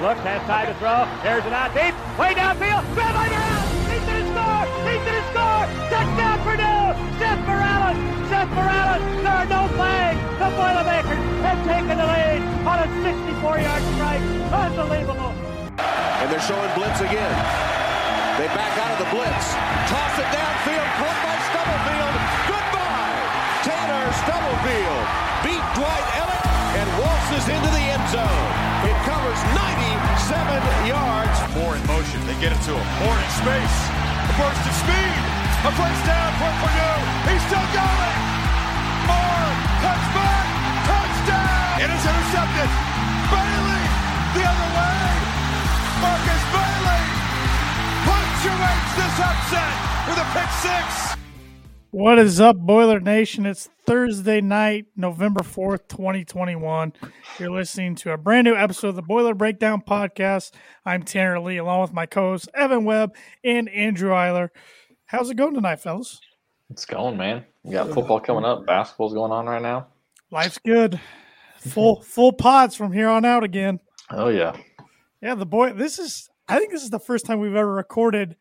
Looks, has time to throw. There's an out deep. Way downfield. Grab by Morales. He's going to score. He's going to score. Touchdown Purdue. Seth Morales. Seth Morales. There are no flags. The Boilermakers have taken the lead on a 64-yard strike. Unbelievable. And they're showing blitz again. They back out of the blitz. Toss it downfield. Caught by Stubblefield. Goodbye. Tanner Stubblefield beat Dwight Elliott and waltzes into the end zone. It covers 97 yards. Moore in motion. They get it to him. Moore in space. A burst of speed. A place down for Purdue. He's still going. Moore cuts back. Touchdown. It is intercepted. Bailey the other way. Marcus Bailey punctuates this upset with a pick six. What is up, Boiler Nation? It's Thursday night, November 4th, 2021. You're listening to a brand new episode of the Boiler Breakdown Podcast. I'm Tanner Lee, along with my co hosts, Evan Webb and Andrew Eiler. How's it going tonight, fellas? It's going, man. We got football coming up. Basketball's going on right now. Life's good. Full full pods from here on out again. Oh yeah. Yeah, the boy this is I think this is the first time we've ever recorded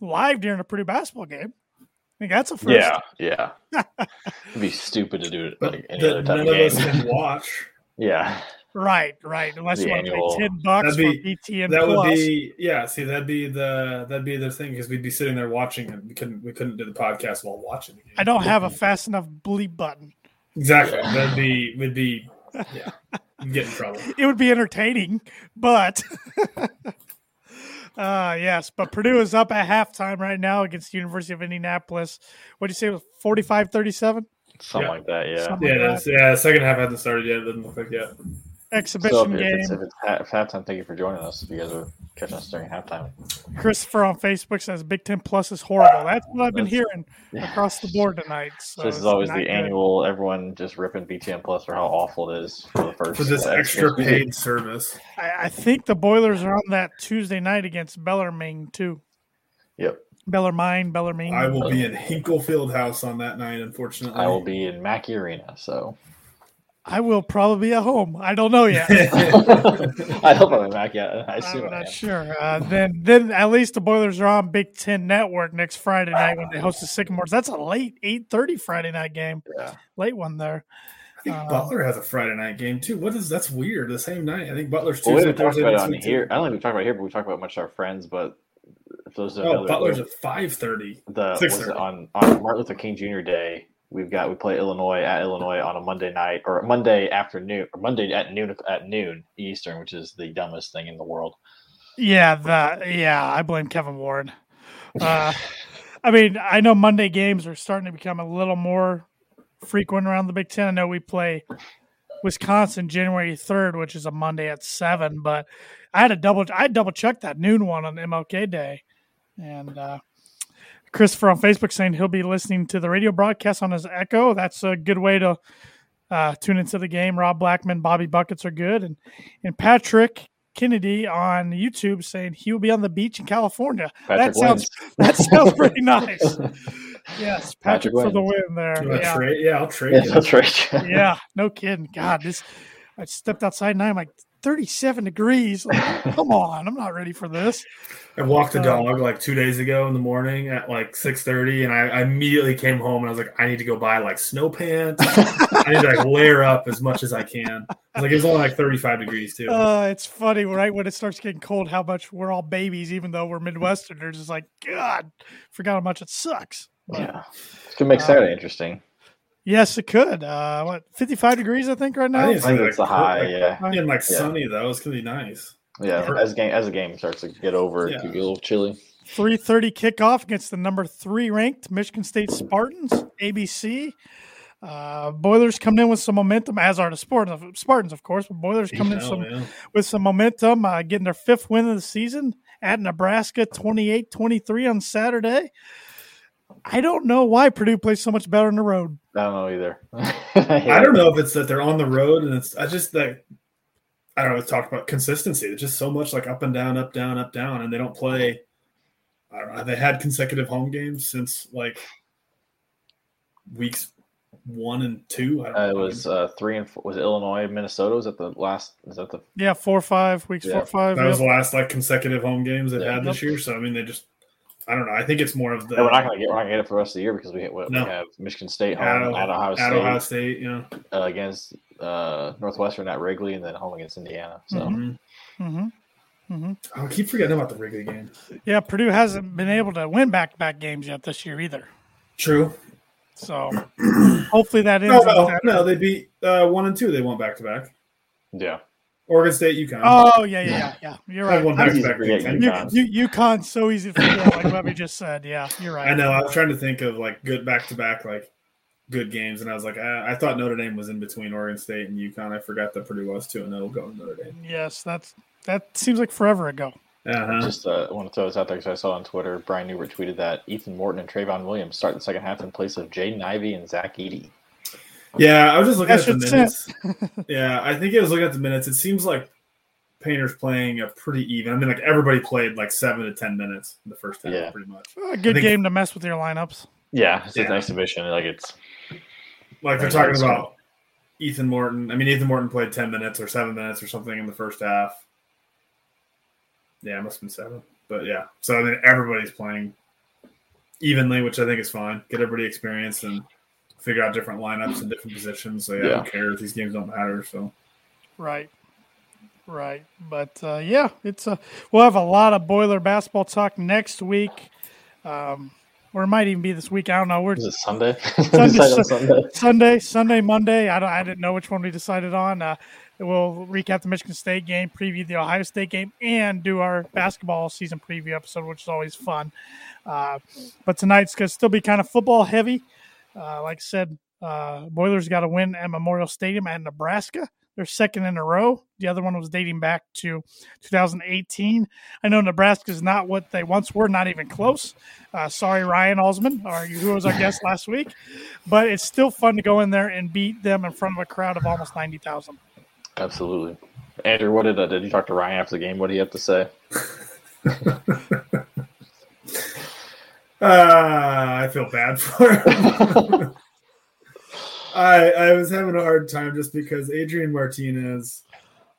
live during a pretty basketball game. I think that's a first. Yeah, yeah. It'd be stupid to do it like any other that type none of of us game. can watch. Yeah. Right, right. Unless The you want to annual. pay ten bucks That'd for BTN that Plus. would be yeah. See, that'd be the that'd be the thing because we'd be sitting there watching and we couldn't we couldn't do the podcast while watching. The game. I don't have a fast enough bleep button. exactly. That'd be would be yeah. We'd Get in trouble. it would be entertaining, but uh yes, but Purdue is up at halftime right now against the University of Indianapolis. What do you say it was 45-37? Something Yeah. like that, yeah. Something Yeah, like that's, yeah. The second half hasn't started yet. It doesn't look like that. yet. So Exhibition if, game. it's if it's ha- if halftime, thank you for joining us. If you guys are catching us during halftime. Christopher on Facebook says Big Ten Plus is horrible. That's what I've been That's- hearing across the board tonight. So this is it's always not the good. annual everyone just ripping BTN plus for how awful it is for the first For this uh, extra excuse me. paid service, I, I think the Boilers are on that Tuesday night against Bellarmine too. Yep. Bellarmine, Bellarmine. I will be in Hinkle Fieldhouse on that night. Unfortunately, I will be in Mackey Arena, so I will probably be at home. I don't know yet. I hope I'm in Mackey. I assume I'm I am. not sure. Uh, then, then at least the Boilers are on Big Ten Network next Friday night when they host the Sycamores. That's a late eight thirty Friday night game. Yeah. Late one there. I think Uh, Butler has a Friday night game too. What is that's weird? The same night. I think Butler's Well, we haven't Tuesday. talked Thursday, about it next on week, too. here. I don't think we talked about it here, but we talked about much of our friends. But if those don't know, Oh, there's Butler's a- at five thirty. the was Six it thirty. on on Martin Luther King Jr. Day. We've got we play Illinois at Illinois on a Monday night or Monday afternoon or Monday at noon at noon Eastern, which is the dumbest thing in the world. Yeah, the yeah. I blame Kevin Warren. Uh, I mean, I know Monday games are starting to become a little more frequent around the Big Ten. I know we play Wisconsin January third, which is a Monday at seven. But I had a double. I double checked that noon one on MLK Day, and uh, Christopher on Facebook saying he'll be listening to the radio broadcast on his Echo. That's a good way to uh, tune into the game. Rob Blackman, Bobby Buckets are good, and and Patrick Kennedy on YouTube saying he will be on the beach in California. Patrick that sounds that sounds pretty nice. Yes, Patrick, for Patrick the wins. win You there. wanna Yeah. trade? Yeah, I'll trade. yeah, you. that's right. yeah, no kidding. God, this I stepped outside and I'm like 37 degrees. Like, come on, I'm not ready for this. I walked the Uh, dog like two days ago in the morning at like six thirty, and I, I immediately came home and I was like, I need to go buy like snow pants. I need to like layer up as much as I can. I was like, it was only like thirty five degrees too. Uh, it's funny, right? When it starts getting cold, how much we're all babies, even though we're Midwesterners. It's like, God, forgot how much it sucks. But yeah, it's gonna make Saturday interesting. Yes, it could. Uh, what 55 degrees, I think, right now? I think it's the like, high. like, Yeah, And like Yeah. sunny though, it's gonna be nice. yeah. As game as the game starts to get over, it Yeah. could be a little chilly. 3:30 kickoff against the number three ranked Michigan State Spartans, ABC. Uh, Boilers coming in with some momentum, as are the Spartans, Spartans of course. But Boilers coming in Oh, some, man. with some momentum, uh, getting their fifth win of the season at Nebraska, 28-23 on Saturday. I don't know why Purdue plays so much better on the road. I don't know either. I don't know if it's that they're on the road and it's I just that I don't know, it's talked about consistency. There's just so much like up and down, up, down, up, down, and they don't play I don't know, have they had consecutive home games since like weeks one and two. I don't Uh, it know. was uh, three and four, was it Illinois, Minnesota. Was that the last? Is that the Yeah, four five weeks Yeah. four five. that was the yep. last like consecutive home games they Yeah. had this year. So I mean, they just I don't know. I think it's more of the No, we're not going to get we're not going to get it for the rest of the year because we, we, No. we have Michigan State home at, at Ohio State Ohio State. Yeah, Uh, against uh, Northwestern at Wrigley and then home against Indiana. So Mhm. Mhm. Oh, I keep forgetting about the Wrigley game. Yeah, Purdue hasn't been able to win back to back games yet this year either. True. So hopefully that ends. No, with no, that. no. They beat uh, one and two. They went back to back. yeah, Oregon State, UConn. Oh yeah, yeah, yeah, yeah. You're I won right. back to Easy back. to forget Big you. Ten. You, you, UConn's so easy to forget, like what we just said. Yeah, you're right. I know. I was trying to think of like good back to back like good games, and I was like, I, I thought Notre Dame was in between Oregon State and UConn. I forgot that Purdue was too, and that'll go to Notre Dame. Yes, that's that seems like forever ago. Uh huh. just uh, want to throw this out there because I saw on Twitter Brian Newbert tweeted that Ethan Morton and Trayvon Williams start the second half in place of Jaden Ivey and Zach Eady. Yeah, I was just looking That at the shit's minutes. yeah, I think it was looking at the minutes. It seems like Painter's playing a pretty even. I mean, like everybody played like seven to ten minutes in the first half, Yeah. pretty much. A good think- game to mess with your lineups. Yeah, it's Yeah. an exhibition. Like it's Like they're Right, talking that's about Ethan Morton. I mean, Ethan Morton played ten minutes or seven minutes or something in the first half. Yeah, it must have been seven. But yeah, so I mean, everybody's playing evenly, which I think is fine. Get everybody experience and figure out different lineups and different positions. So yeah, Yeah. who cares? These games don't matter. So Right. Right. But uh, yeah, it's a we'll have a lot of boiler basketball talk next week. Um, or it might even be this week. I don't know. We're is it Sunday? Sunday, Decide Sun- on Sunday. Sunday, Sunday, Monday. I don't. I didn't know which one we decided on. Uh, we'll recap the Michigan State game, preview the Ohio State game, and do our basketball season preview episode, which is always fun. Uh, but tonight's going to still be kind of football heavy. Uh, like I said, uh, Boilers got a win at Memorial Stadium at Nebraska. Their second in a row. The other one was dating back to 2018. I know Nebraska's not what they once were, not even close. Uh, sorry, Ryan Alsman, or who was our guest last week but it's still fun to go in there and beat them in front of a crowd of almost 90,000. Absolutely. Andrew, what did uh, did you talk to Ryan after the game? What do you have to say? uh, I feel bad for him. I I was having a hard time just because Adrian Martinez,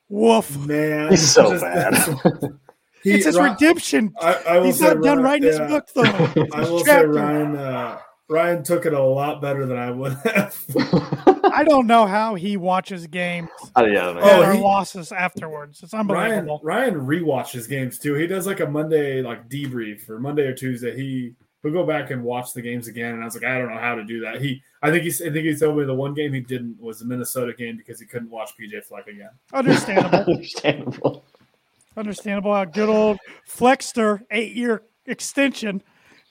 Woof. man, He's so just- bad. he- it's his Ri- redemption. I, I will He's say not done Ri- writing his yeah. book, though. I will say Chapter. Ryan uh, Ryan took it a lot better than I would have. I don't know how he watches games Oh, yeah, I don't know. Oh, and our he- losses afterwards. It's Ryan unbelievable. Ryan rewatches games too. He does like a Monday like debrief or Monday or Tuesday. He will go back and watch the games again. And I was like, I don't know how to do that. He I think he's I think he told me the one game he didn't was the Minnesota game because he couldn't watch PJ Fleck again. Understandable. Understandable. Understandable how good old Flexter, eight year extension.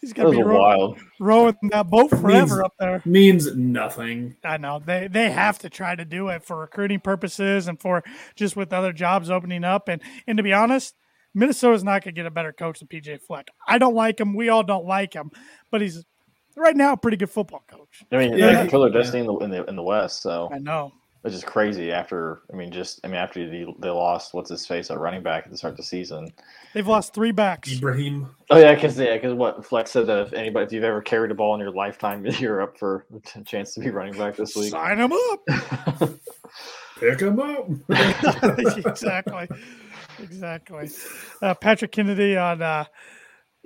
He's That going was to be row- wild. rowing that boat Means- forever up there. Means nothing. I know they they have to try to do it for recruiting purposes and for just with other jobs opening up. And and to be honest, Minnesota's not going to get a better coach than PJ Fleck. I don't like him. We all don't like him, but he's right now a pretty good football coach. I mean, Yeah, they he- control their destiny in the, in the in the West, so I know. which is crazy. After I mean, just I mean, after they, they lost what's his face at running back at the start of the season. They've lost three backs. Ibrahim. Oh yeah, because yeah, because what Flex said that if anybody, if you've ever carried a ball in your lifetime, you're up for a chance to be running back this week. Sign him up. Pick him up. exactly. Exactly. Uh, Patrick Kennedy on uh,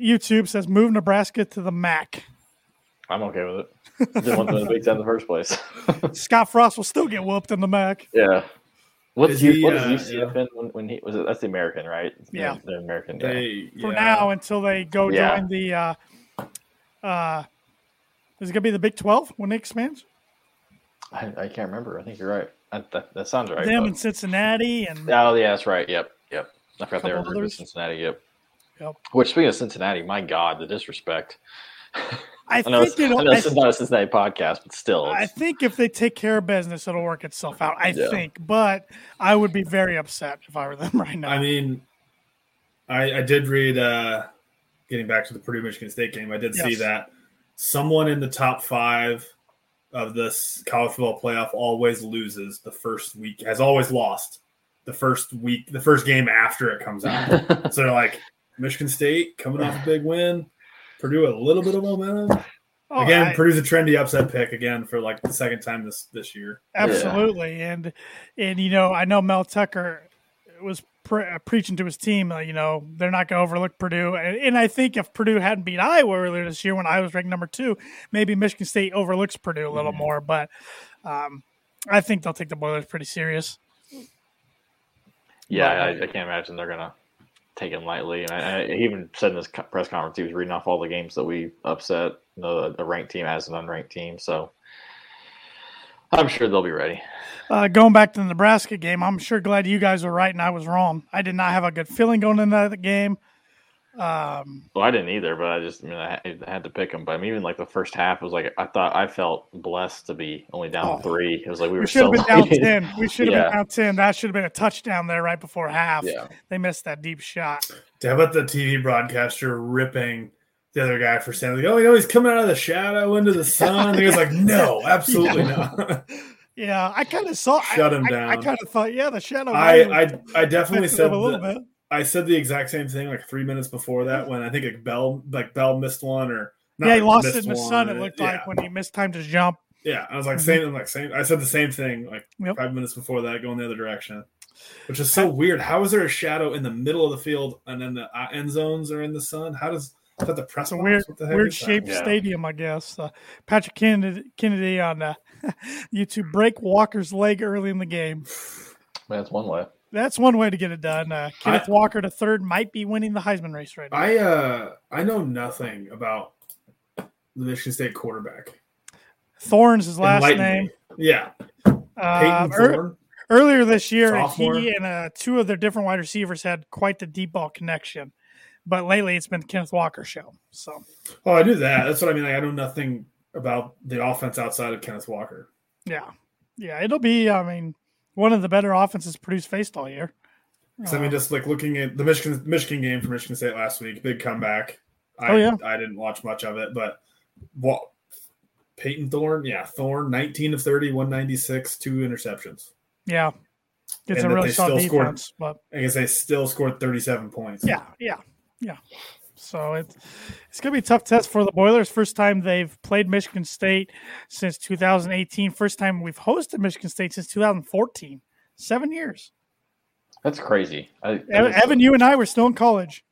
YouTube says move Nebraska to the MAC. I'm okay with it. Didn't want them in the Big Ten in the first place. Scott Frost will still get whooped in the MAC. yeah. What is, Is he, he, what is uh, UCF in when, when he was it, that's the American, right? Yeah. The, the American. Yeah. They, for yeah. now until they go Yeah. join the uh uh is it gonna be the Big Twelve when it expands? I, I can't remember. I think you're right. That, that, that sounds right. Them but- and Cincinnati and Oh yeah, that's right. Yep, yep. I forgot they were Couple in others. Cincinnati. Yep. Yep. Which speaking of Cincinnati, my God, the disrespect. I I know, think it's, I it'll know I, this is not a Cincinnati podcast, but still, I it's, think if they take care of business it'll work itself out. I Yeah. think. But I would be very upset if I were them right now. I mean, I, I did read, uh, getting back to the Purdue Michigan State game, I did see Yes. that someone in the top five of this college football playoff always loses the first week, has always lost the first week, the first game after it comes out. so they're like, Michigan State coming off a big win, Purdue a little bit of momentum. Oh, again, I- Purdue's a trendy upset pick again for like the second time this this year. absolutely. And and you know, I know Mel Tucker was pre- uh, preaching to his team. Uh, you know, they're not going to overlook Purdue. And, and I think if Purdue hadn't beat Iowa earlier this year when Iowa was ranked number two, maybe Michigan State overlooks Purdue a little more. But um, I think they'll take the Boilers pretty serious. Yeah, I, I can't imagine they're gonna take him lightly. And I, I, he even said in this co- press conference he was reading off all the games that we upset you know, the, the ranked team as an unranked team. So I'm sure they'll be ready. Uh, going back to the Nebraska game, I'm sure glad you guys were right and I was wrong. I did not have a good feeling going into that game. Um, Well, I didn't either, but I just I mean I had- I had to pick them. But I mean, even like the first half was like I thought I felt blessed to be only down Oh. three. It was like we, We were should so have been down lighted. ten. We should have Yeah. been down ten. That should have been a touchdown there right before half. Yeah. They missed that deep shot. How about the TV broadcaster ripping the other guy for saying, like, "Oh, you know, he's coming out of the shadow into the sun." he was like, "No, absolutely not." Yeah, I kind of saw. Shut I, him I- down. I, kind of thought, yeah, the shadow. I, man I, I definitely messed it up a said little that- bit. I said the exact same thing like three minutes before that when I think like Bell like Bell missed one or Yeah, he lost it missed in the one, sun. It looked yeah, like when he missed time to jump. yeah. I was like same I'm like same I said the same thing like Yep. five minutes before that going the other direction. Which is so weird. How is there a shadow in the middle of the field and then the uh, end zones are in the sun? How does is that the press It's a box? weird, What the heck weird is that? shaped Yeah. stadium, I guess. Uh, Patrick Kennedy, Kennedy on uh, YouTube break Walker's leg early in the game. That's one way. That's one way to get it done. Uh, Kenneth Walker to third might be winning the Heisman race right now. I uh I know nothing about the Michigan State quarterback. Thorns his last Enlighten me. name. Yeah. Uh, Peyton Er- Thorne. earlier this year, Sophomore. he and uh, two of their different wide receivers had quite the deep ball connection. But lately, it's been Kenneth Walker show. So Oh, I knew that. That's what I mean. Like, I know nothing about the offense outside of Kenneth Walker. yeah, yeah, it'll be. I mean, one of the better offenses produced faced all year. So I mean, just like looking at the Michigan Michigan game for Michigan State last week, big comeback. I, Oh, yeah. I didn't watch much of it, but what Peyton Thorne, yeah, Thorne, nineteen of 30, 196, two interceptions. Yeah, it's And a that really they solid still scored. defense, but I guess they still scored thirty-seven points. yeah, yeah, yeah. So it's it's gonna be a tough test for the Boilers. First time they've played Michigan State since 2018. First time we've hosted Michigan State since 2014. Seven years. That's crazy. I, I Evan, just- Evan, you and I were still in college.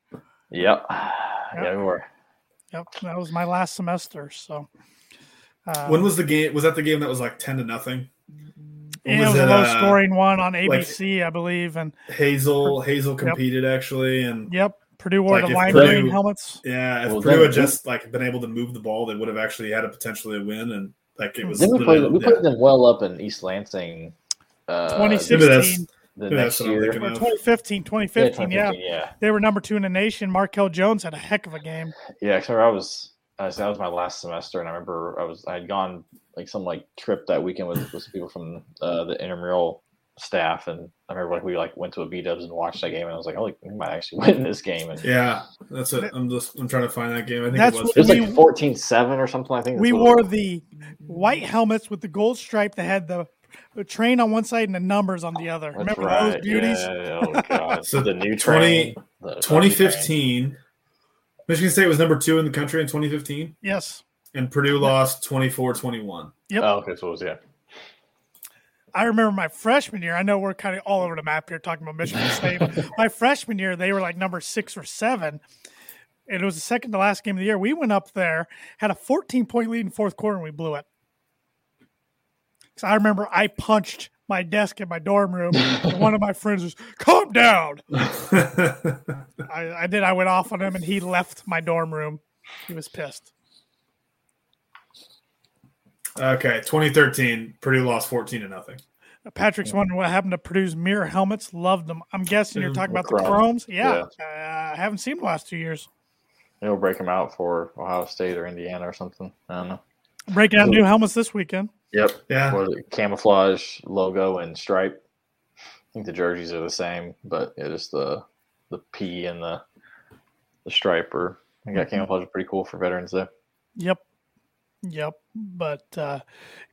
Yep. Yeah, we were. Yep, that was my last semester. So uh, When was the game? Was that the game that was like ten to nothing? and it was was a it, low uh, scoring one on ABC, I believe. And Hazel Hazel competed actually, and yep, Purdue wore Like, the if lime Purdue- green helmets. yeah, if Well, Purdue had then- just like been able to move the ball, they would have actually had a potentially win, and like it was. Then we played, literally- we played them well up in East Lansing. Uh, 2016 The Maybe next that's what year. I'm thinking or of. 2015, 2015, yeah, 2015, yeah. They were number two in the nation. Markel Jones had a heck of a game. Yeah, because I was I said that was my last semester, and I remember I was I had gone like some like trip that weekend with with some people from uh, the intramural staff, and I remember like we like went to a B Dubs and watched that game, and I was like, oh, like, we might actually win this game, and Yeah, that's it. I'm just I'm trying to find that game. I think That's it what was. it was We- like 14-7 or something. I think We was- wore the white helmets with the gold stripe that had the the train on one side and the numbers on the other. That's Remember right. those beauties? Yeah, oh god, So the new 20 train, the- the new train. 2015. Michigan State was number two in the country in 2015, Yes. and Purdue lost 24 21. Yep. Oh, okay, so it was yeah. I remember my freshman year. I know we're kind of all over the map here talking about Michigan State. my freshman year, they were like number six or seven. And it was the second to last game of the year. We went up there, had a 14 point lead in fourth quarter, and we blew it. Because I remember I punched my desk in my dorm room, and one of my friends was, calm down. I, I did. I went off on him, and he left my dorm room. He was pissed. okay, 2013, Purdue lost 14 to nothing. Patrick's wondering what happened to Purdue's mirror helmets. Loved them. I'm guessing you're talking about the Chrome. chromes. Yeah, Uh, I haven't seen them the last two years. It'll break them out for Ohio State or Indiana or something. I don't know. Breaking out new helmets this weekend. Yep. Yeah, What is it, camouflage logo and stripe. I think the jerseys are the same, but yeah, just the the P and the the stripe are. I Mm-hmm. got camouflage is pretty cool for veterans there. Yep, yep. But uh,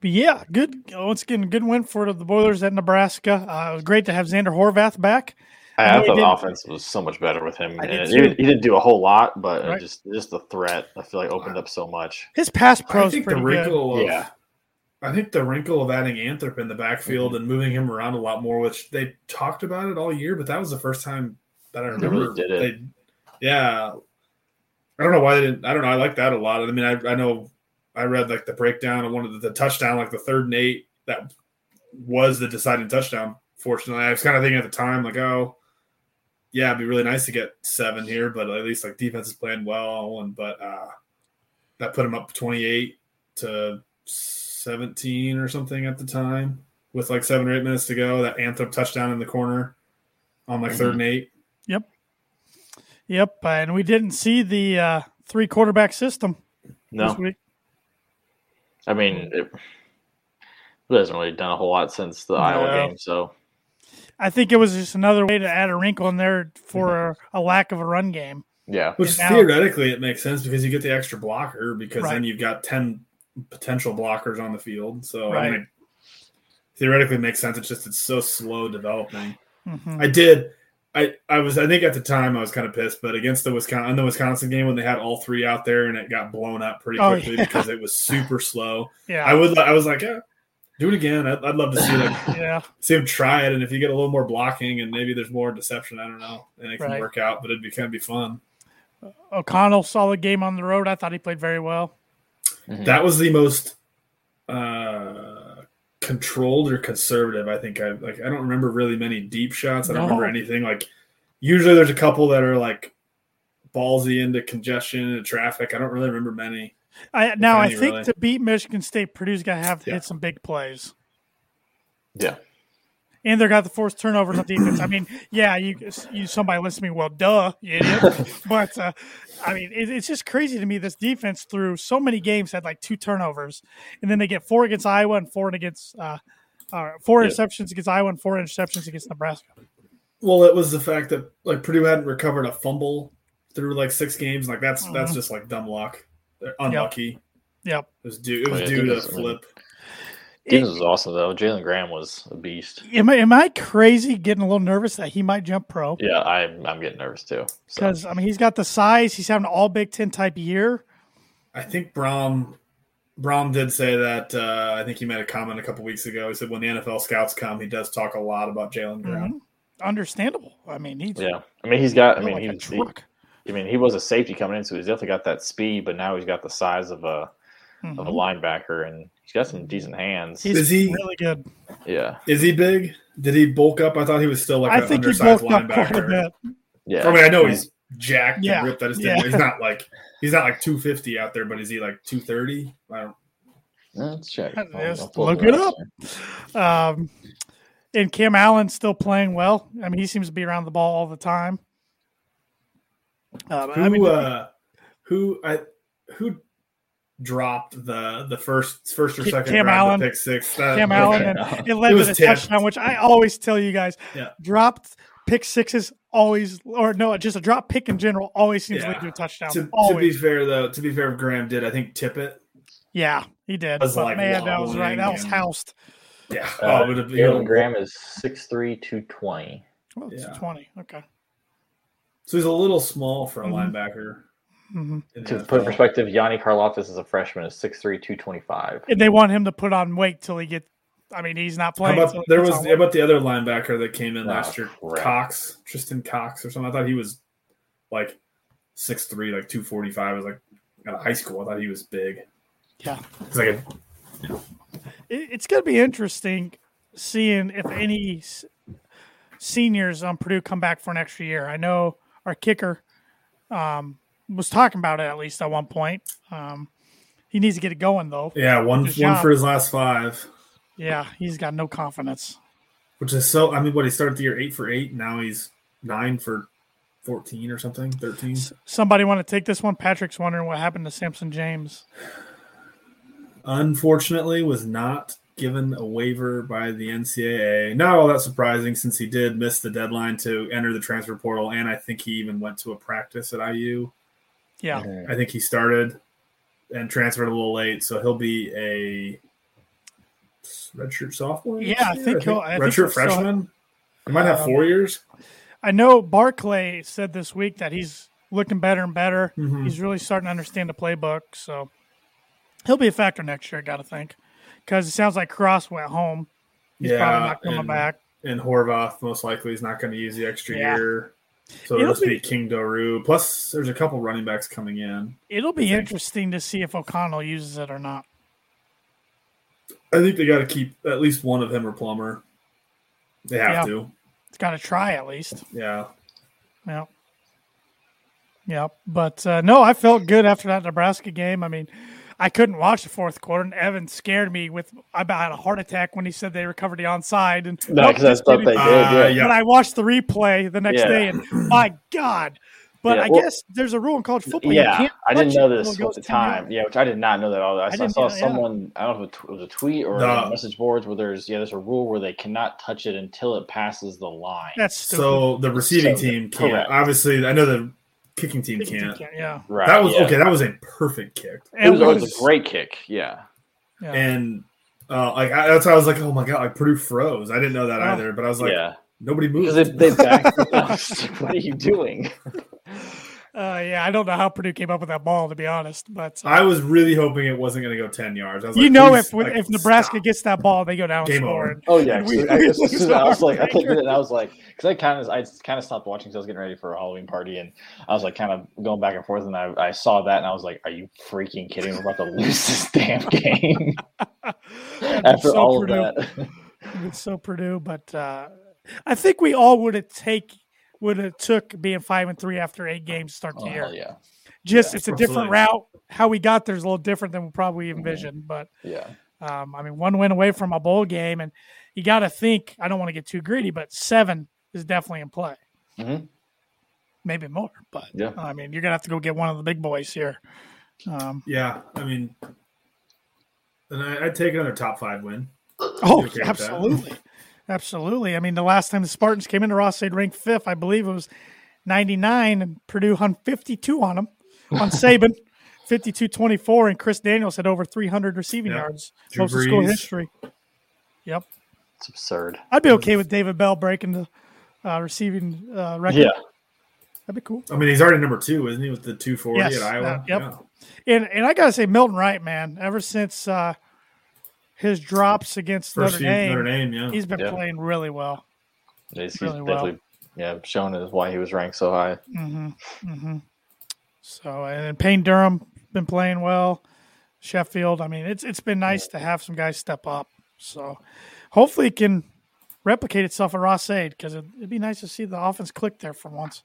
but yeah, good. Once again, good win for the Boilers at Nebraska. Uh, it was great to have Xander Horvath back. I, I he thought the didn't- offense was so much better with him. I And did it- too. he, he didn't do a whole lot, but Right. just just the threat I feel like opened up so much. His pass pro I is think the pretty good. wrinkle of Yeah. I think the wrinkle of adding Anthrop in the backfield and moving him around a lot more, which they talked about it all year, but that was the first time that I They remember really did it. they- yeah, I don't know why they didn't. I don't know. I like that a lot. I mean, I, I know I read like the breakdown of one of the, the touchdown, like the third and eight that was the deciding touchdown. Fortunately, I was kind of thinking at the time, like, oh, yeah, it'd be really nice to get seven here, but at least like defense is playing well, and but uh, that put him up twenty eight to 17 or something at the time with like seven or eight minutes to go. That Anthem touchdown in the corner on like Mm-hmm. third and eight. Yep, and we didn't see the uh, three quarterback system this No, week. I mean, it, it hasn't really done a whole lot since the No. Iowa game. So I think it was just another way to add a wrinkle in there for Mm-hmm. a, a lack of a run game. yeah, Which Now- theoretically it makes sense because you get the extra blocker because Right. then you've got 10 potential blockers on the field. So I Right. mean, theoretically it makes sense. It's just it's so slow developing. Mhm. I did. I, I was I think at the time I was kind of pissed, but against the Wisconsin in the Wisconsin game when they had all three out there and it got blown up pretty Oh, quickly yeah. because it was super slow. Yeah, I would I was like, yeah, do it again. I'd, I'd love to see like yeah, see him try it, and if you get a little more blocking and maybe there's more deception, I don't know, and it can Right. work out. But it'd be kind of be fun. O'Connell solid game on the road. I thought he played very well. That was the most uh, controlled or conservative. I think I like. I don't remember really many deep shots. I don't No. remember anything like. Usually, there's a couple that are like ballsy into congestion and traffic. I don't really remember many. I now I any, think really. to beat Michigan State, Purdue's gonna have to Yeah. hit some big plays, yeah. and they're got the forced turnovers on defense. I mean, yeah, you you somebody listen to me, well, duh, you idiot. but uh, I mean, it, it's just crazy to me. This defense through so many games had like two turnovers, and then they get four against Iowa and four against uh, uh, four Yeah. interceptions against Iowa and four interceptions against Nebraska. Well, it was the fact that like Purdue hadn't recovered a fumble through like six games. Like that's that's just like dumb luck. They're unlucky. Yep. It was due. It Oh, was yeah, due dude, to that's- flip. Defense was awesome though. Jalen Graham was a beast. Am I, am I crazy getting a little nervous that he might jump pro? Yeah, I'm I'm getting nervous too. So Because I mean, he's got the size. He's having an All Big Ten type year. I think Brom, Brom did say that. Uh, I think he made a comment a couple weeks ago. He said when the NFL scouts come, he does talk a lot about Jalen Brown. Mm-hmm. Understandable. I mean, he's yeah, I mean he's got. I mean like a he's. he- truck. I mean, he was a safety coming in, so he's definitely got that speed, but now he's got the size of a of a linebacker, and he's got some decent hands. Mm-hmm. He's Is he- really good. yeah, Is he big? Did he bulk up? I thought he was still like I an think he undersized bulked up quite a linebacker. bit. yeah. I mean, I know he's jacked Yeah. and ripped. I just didn't. Yeah. He's not like he's not like two fifty out there, but is he like two thirty? I don't. Let's check. Let's I'll- I'll pull look the it roster. up. Um, and Cam Allen's still playing well. I mean, he seems to be around the ball all the time. Um, Who I mean, uh, who I who dropped the the first first or Cam second round Allen. of pick six? That- Cam Allen, and it led It to was the tipped. touchdown, which I always tell you guys, Yeah. dropped pick sixes always, or no, just a drop pick in general always seems to lead Yeah. to a touchdown. To, to be always, fair, though, to be fair, Graham did I think tip it? yeah, he did. was But like man, that was right. That was wobbling and- housed. Yeah, Uh, oh, it would have Jalen been Graham is 6'3", 220. Well, it's Yeah. twenty. Okay. So he's a little small for a Mhm. linebacker. Mhm. in To the put in NFL. perspective, Yanni Karloftis is a freshman, is 6'3", 225. And they want him to put on weight till he get. I mean, he's not How playing. about so there it's was all- how about the other linebacker that came in Oh, last year, crap. Cox, Tristan Cox or something? I thought he was like six three, like two forty five. I was like out of high school. I thought he was big. yeah. It's like a, It- it's going to be interesting seeing if any s- seniors on Purdue come back for an extra year. I know our kicker um, was talking about it at least at one point. Um, he needs to get it going though. yeah, one Good one job. for his last five, Yeah, he's got no confidence. which is so. I mean, what he started the year eight for eight. Now he's nine for fourteen or something, thirteen. Somebody want to take this one? Patrick's wondering what happened to Samson James. unfortunately was not given a waiver by the NCAA. Not all that surprising since he did miss the deadline to enter the transfer portal, and I think he even went to a practice at IU. Yeah, I think he started and transferred a little late, so he'll be a redshirt sophomore. Yeah, next I year? think he'll- I think redshirt he'll still- Um, freshman. He might have four years. I know Barclay said this week that he's looking better and better. Mm-hmm. He's really starting to understand the playbook, so he'll be a factor next year. I got to think because it sounds like Cross went home. He's probably not coming and, back. And Horvath most likely is not going to use the extra Yeah. year. So You know, it'll just we- be King Doru. Plus, there's a couple running backs coming in. It'll be interesting to see if O'Connell uses it or not. I think they got to keep at least one of him or Plummer. They have Yeah. to. It's got to try at least. Yeah. Yeah. Yeah. But uh, no, I felt good after that Nebraska game. I mean, I couldn't watch the fourth quarter, and Evan scared me with. I about had a heart attack when he said they recovered the onside. And No, because that's what they did. Uh, Yeah. yeah. But I watched the replay the next Yeah. day, and my God. But Yeah, I well- guess there's a rule in college football. you Yeah, can't I didn't touch it know until this it goes at the 10 yards. time. Yeah, which I did not know that. All I, saw, I didn't saw either, yeah. someone. I don't know if it was a tweet or No. a message boards where there's yeah, there's a rule where they cannot touch it until it passes the line. That's stupid. So the receiving So, team can't. correct. Obviously, I know the kicking team You can't. can't, yeah. right. That was yeah. okay. That was a perfect kick. It was, it was a great kick. Yeah. yeah. And uh, like I, that's why I was like, oh my god, like Purdue froze. I didn't know that Yeah. either, but I was like, yeah. nobody Because moved. if they back, what are you doing? Uh, yeah, I don't know how Purdue came up with that ball, to be honest. But uh, I was really hoping it wasn't going to go ten yards. I was you like, know, please, if we- like, if Nebraska stop. gets that ball, they go down Game and score. over. And- Oh yeah, And 'cause we- I, we as soon as lose I was our like, I clicked record. it, and I was like, because I kind of, I kind of stopped watching because I was getting ready for a Halloween party, and I was like, kind of going back and forth, and I, I saw that, and I was like, Are you freaking kidding? We're about to lose this damn game That'd be after so all Purdue. of that. It's so Purdue, but uh, I think we all would have take would have took being five and three after eight games to start Oh, the year. hell yeah, Mm-hmm. Just it's a different Absolutely. route. How we got there is a little different than we probably envisioned. But yeah, um, I mean, one win away from a bowl game, and you got to think. I don't want to get too greedy, but seven is definitely in play. Mhm. Maybe more, but yeah. I mean, you're gonna have to go get one of the big boys here. Um, yeah, I mean, and I, I'd take another top five win. Oh, okay with that. absolutely. Absolutely. I mean, the last time the Spartans came into Ross, they'd ranked fifth. I believe it was 99, and Purdue hung 52 on them, on Saban, 52 24. And Chris Daniels had over 300 receiving Yeah. yards, Drew most in school Brees. history. Yep. It's absurd. I'd be okay with David Bell breaking the uh, receiving uh, record. Yeah, That'd be cool. I mean, he's already number two, isn't he, with the two forty Yes, at Iowa? uh, yep. And and I got to say, Milton Wright, man, ever since uh, his drops against First Notre, team, Dame, Notre Dame, yeah. he's been Yeah. playing really well. he's, he's Really well. definitely yeah shown us why he was ranked so high. hmm hmm So and then Payne Durham been playing well. Sheffield. I mean, it's it's been nice to have some guys step up. So hopefully it can replicate itself at Ross Aid because it'd, it'd be nice to see the offense click there for once.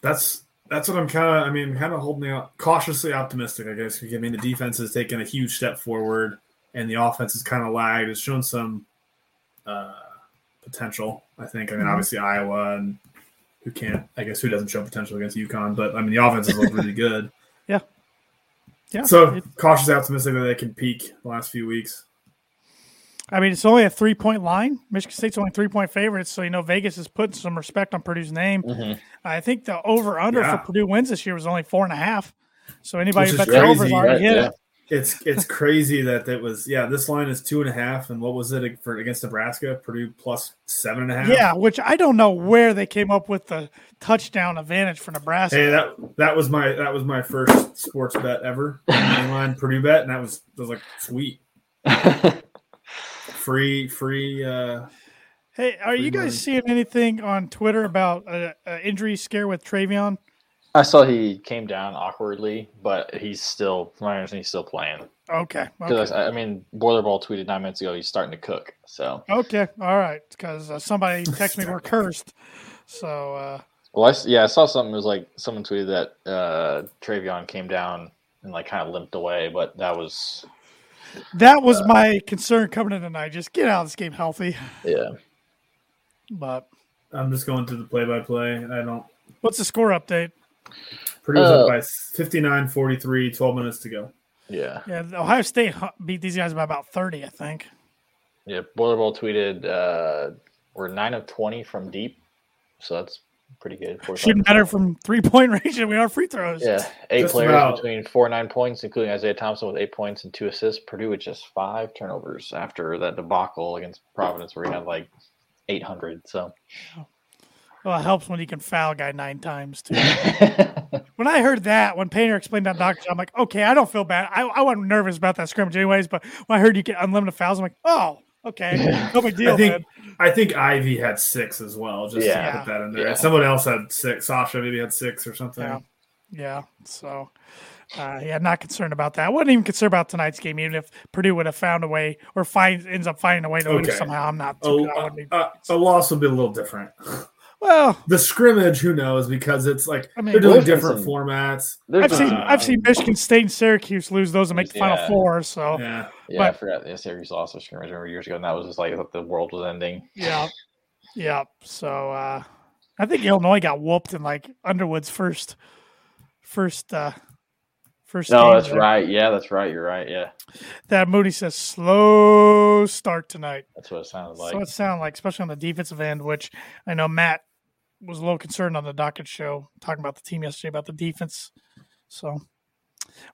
That's that's what I'm kind of. I mean, kind of holding out cautiously optimistic, I guess. Because, I mean, the defense has taken a huge step forward, and the offense has kind of lagged. It's shown some uh, potential, I think. I mean, Mhm. obviously Iowa and who can't? I guess who doesn't show potential against UConn? But I mean, the offense has looked really good. Yeah. So it- cautiously optimistic that they can peak the last few weeks. I mean, it's only a three point line. Michigan State's only three point favorites, so you know Vegas is putting some respect on Purdue's name. Mhm. I think the over under Yeah. for Purdue wins this year was only four and a half. So anybody Which who is bets the over crazy, already right, hit yeah. it. It's it's crazy that that was yeah. This line is two and a half, and what was it for against Nebraska? Purdue plus seven and a half. Yeah, which I don't know where they came up with the touchdown advantage for Nebraska. Hey, that that was my that was my first sports bet ever. Online Purdue bet, and that was I was like sweet, free free. uh Hey, are you guys seeing anything on Twitter about an injury scare with Travion? I saw he came down awkwardly, but he's still, from my understanding, he's still playing. Okay. Because Okay. I, I mean, Boiler Ball tweeted nine minutes ago he's starting to cook. So, okay. All right. Because uh, somebody texted me we're cursed. So, uh, well, I s yeah, I saw something. It was like someone tweeted that uh, Travion came down and like kind of limped away, but that was that was my concern coming in tonight. Just get out of this game healthy. yeah. But I'm just going through the play by play. I don't. what's the score update? Purdue's Uh, up by 59 43, 12 minutes to go. Yeah, Yeah, the Ohio State hu- beat these guys by about 30, I think. yeah. Boiler Ball tweeted uh, we're nine of twenty from deep, so that's pretty good. Four Shooting times. better from three point range than we are free throws. Yeah, eight Just players about. between four and nine points, including Isaiah Thompson with eight points and two assists. Purdue with just five turnovers after that debacle against Providence, where he had like eight hundred. So Well, it helps when you can foul a guy nine times too. when I heard that, when Painter explained on Doctor, I'm like, okay, I don't feel bad. I, I wasn't nervous about that scrimmage anyways, but when I heard you get unlimited fouls, I'm like, oh, okay, no big deal. I think man. I think Ivy had six as well. Just Yeah. to put that in there. Yeah. Someone else had six. Sasha maybe had six or something. Yeah. Yeah. So, uh, yeah, not concerned about that. I wasn't even concerned about tonight's game, even if Purdue would have found a way or finds ends up finding a way to lose Okay. somehow. I'm not. Oh, Too, I wouldn't be, uh, a loss would be a little different. well, The scrimmage, who knows? Because it's like I mean- they're doing There's been different some- formats. There's I've seen not- uh, I've seen Michigan State and Syracuse lose those and make the Final Yeah. Four. So yeah, Yeah, Yeah, I but- forgot. The Syracuse lost a scrimmage remember years ago, and that was just like I thought the world was ending. yeah. So uh, I think Illinois got whooped in like Underwood's first, first, uh, first. No, game that's there. right. Yeah, that's right. You're right. Yeah, That Moody says slow start tonight. that's what it sounded like. so it sounded like, especially on the defensive end, which I know Matt was a little concerned on the docket show talking about the team yesterday about the defense. So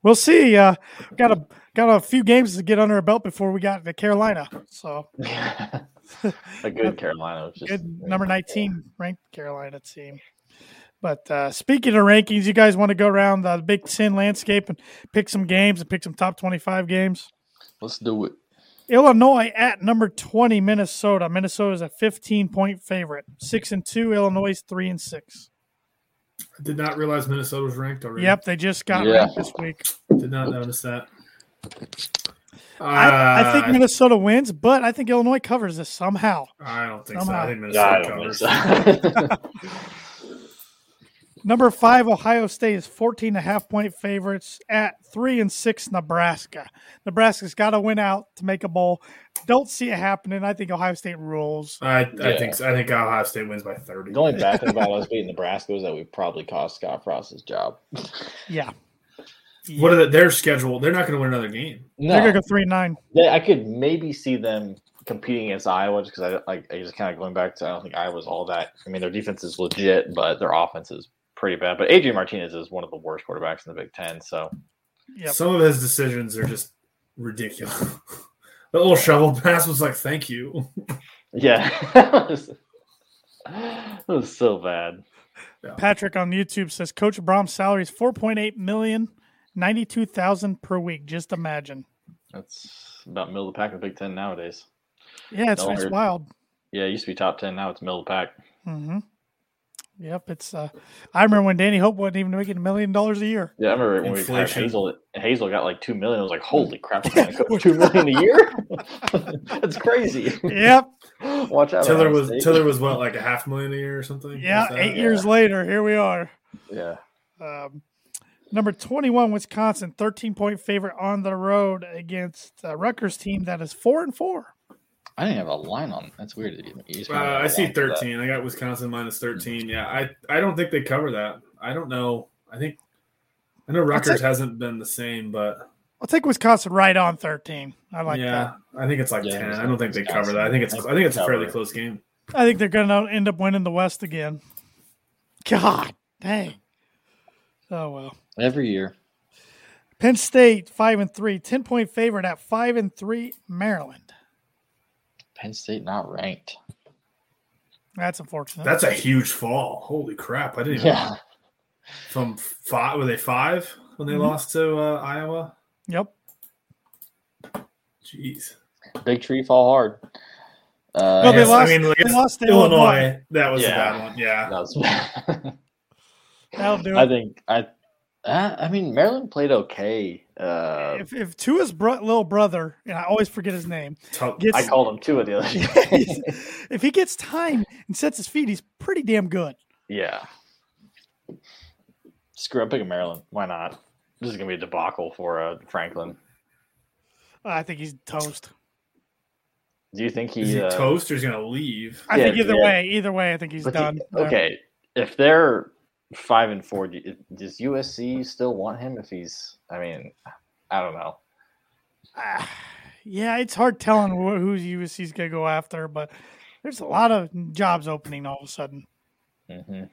we'll see. Uh, got a got a few games to get under our belt before we got to Carolina. So a good Carolina. Was just, good number nineteen ranked Carolina team. But uh, speaking of rankings, you guys want to go around the Big Ten landscape and pick some games and pick some top twenty-five games. Let's do it. Illinois at number 20, Minnesota. Minnesota is a 15 point favorite. Six and two, Illinois is three and six. I did not realize Minnesota was ranked already. Yep, they just got Yeah. ranked this week. did not notice that. I, I think Uh, Minnesota wins, but I think Illinois covers this somehow. I don't think so. somehow- I think Yeah, I Minnesota don't think covers. so. Number five, Ohio State is 14 and a half point favorites at three and six, Nebraska. Nebraska's got to win out to make a bowl. Don't see it happening. I think Ohio State rules. I, I Yeah. think so. I think Ohio State wins by thirty. the only bad thing about us beating Nebraska is that we probably cost Scott Frost his job. Yeah. What are the, their schedule? They're not going to win another game. They're No, going to go three and nine. they- I could maybe see them competing against Iowa just because I like I just kind of going back to I don't think Iowa's all that. I mean, their defense is legit, but their offense is pretty bad. But Adrian Martinez is one of the worst quarterbacks in the Big Ten, so Yep. Some of his decisions are just ridiculous. the little shovel pass was like, "Thank you." Yeah. that was that was so bad. Patrick on YouTube says Coach Brom's salary is 4.8 million, 92,000 per week. Just imagine. That's about middle of the pack in the Big Ten nowadays. Yeah, it's, No, it's you're- wild. Yeah, it used to be top 10. Now it's middle of the pack. hmm Yep, it's. Uh, I remember when Danny Hope wasn't even making a million dollars a year. Yeah, I remember when we hired Inflation. Hazel. Hazel got like two million. I was like, "Holy crap! We're gonna go two million a year? That's crazy." Yep, Watch out! Tiller Ohio was State. Tiller was what like a half million a year or something. yeah. Is that- Eight years later, here we are. Yeah, Um, number twenty-one, Wisconsin, thirteen-point favorite on the road against uh, Rutgers team that is four and four. I didn't have a line on. That's weird. that you- you just Uh, kinda have I a see line for that. thirteen. I got Wisconsin minus thirteen. Yeah, I I don't think they cover that. I don't know. I think I know Rutgers hasn't been the same, but I'll take Wisconsin right on thirteen. I like that. yeah, I think it's like Yeah, ten. it's I don't think they Wisconsin. cover that. I think it's I think I think it's they a fairly cover it. close game. I think they're going to end up winning the West again. God dang. Oh well. every year. Penn State five and three, 10 point favorite at five and three Maryland. Penn State not ranked. That's unfortunate. That's a huge fall. Holy crap! I didn't even Yeah, from five. Were they five when they Mhm. lost to uh, Iowa? yep. Jeez. big tree fall hard. Uh, Well, they yeah, lost- I mean, They against lost to Illinois, Illinois. That was Yeah. a bad one. Yeah. That was- That'll do I it. think I. Uh, I mean, Maryland played okay. Uh, If, if Tua's bro- little brother, and I always forget his name, Tough. gets I called him two of the other. day. if he gets time and sets his feet, he's pretty damn good. yeah. Screw up picking Maryland. Why not? This is gonna be a debacle for uh, Franklin. I think he's toast. Do you think he? Is he uh, toast or is he gonna leave? I Yeah, think either yeah. way, either way, I think he's but the- done. okay, if they're five and four, do you- does USC still want him? If he's, I mean, I don't know. Ah, yeah, it's hard telling wh- who USC's going to go after, but there's a lot of jobs opening all of a sudden. hmm